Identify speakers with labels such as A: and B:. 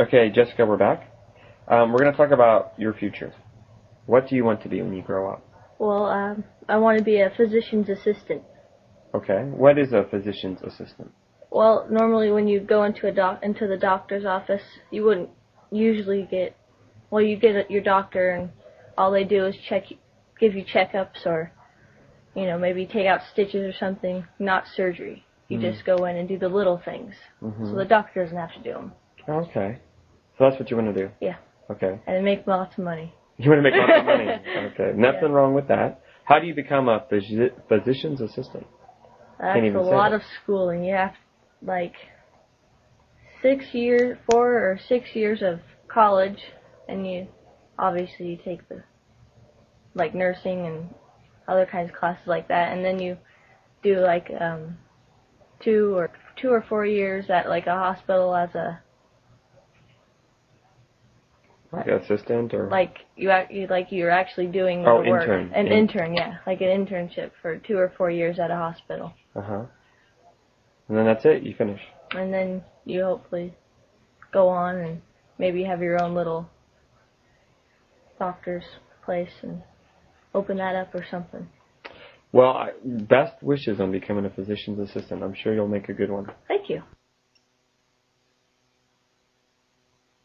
A: Okay, Jessica, we're back. Um, we're going to talk about your future. What do you want to be when you grow up?
B: Well, um, I want to be a physician's assistant.
A: Okay, what is a physician's assistant?
B: Well, normally when you go into a doc into the doctor's office, you wouldn't usually get. Well, you get your doctor, and all they do is check, give you checkups, or you know maybe take out stitches or something. Not surgery. You just go in and do the little things, so the doctor doesn't have to do them,
A: Okay, so that's what you want to do?
B: Yeah.
A: Okay,
B: and they make lots of money.
A: you want to make lots of money. Okay, nothing wrong with that. How do you become a phys- physician's assistant?
B: That's
A: even
B: a
A: say
B: lot
A: that.
B: of schooling. You have like six years, four or six years of college, and you obviously you take the like nursing and other kinds of classes like that, and then you do like um, two or two or four years at like a hospital as a
A: Like an assistant or?
B: like you act you like you're actually doing
A: Oh,
B: the work
A: intern.
B: an
A: In-
B: intern yeah like an internship for two or four years at a hospital,
A: Uh huh. And then that's it, you finish.
B: and then you hopefully go on and maybe have your own little doctor's place and open that up or something.
A: Well, I, best wishes on becoming a physician's assistant. I'm sure you'll make a good one.
B: Thank you.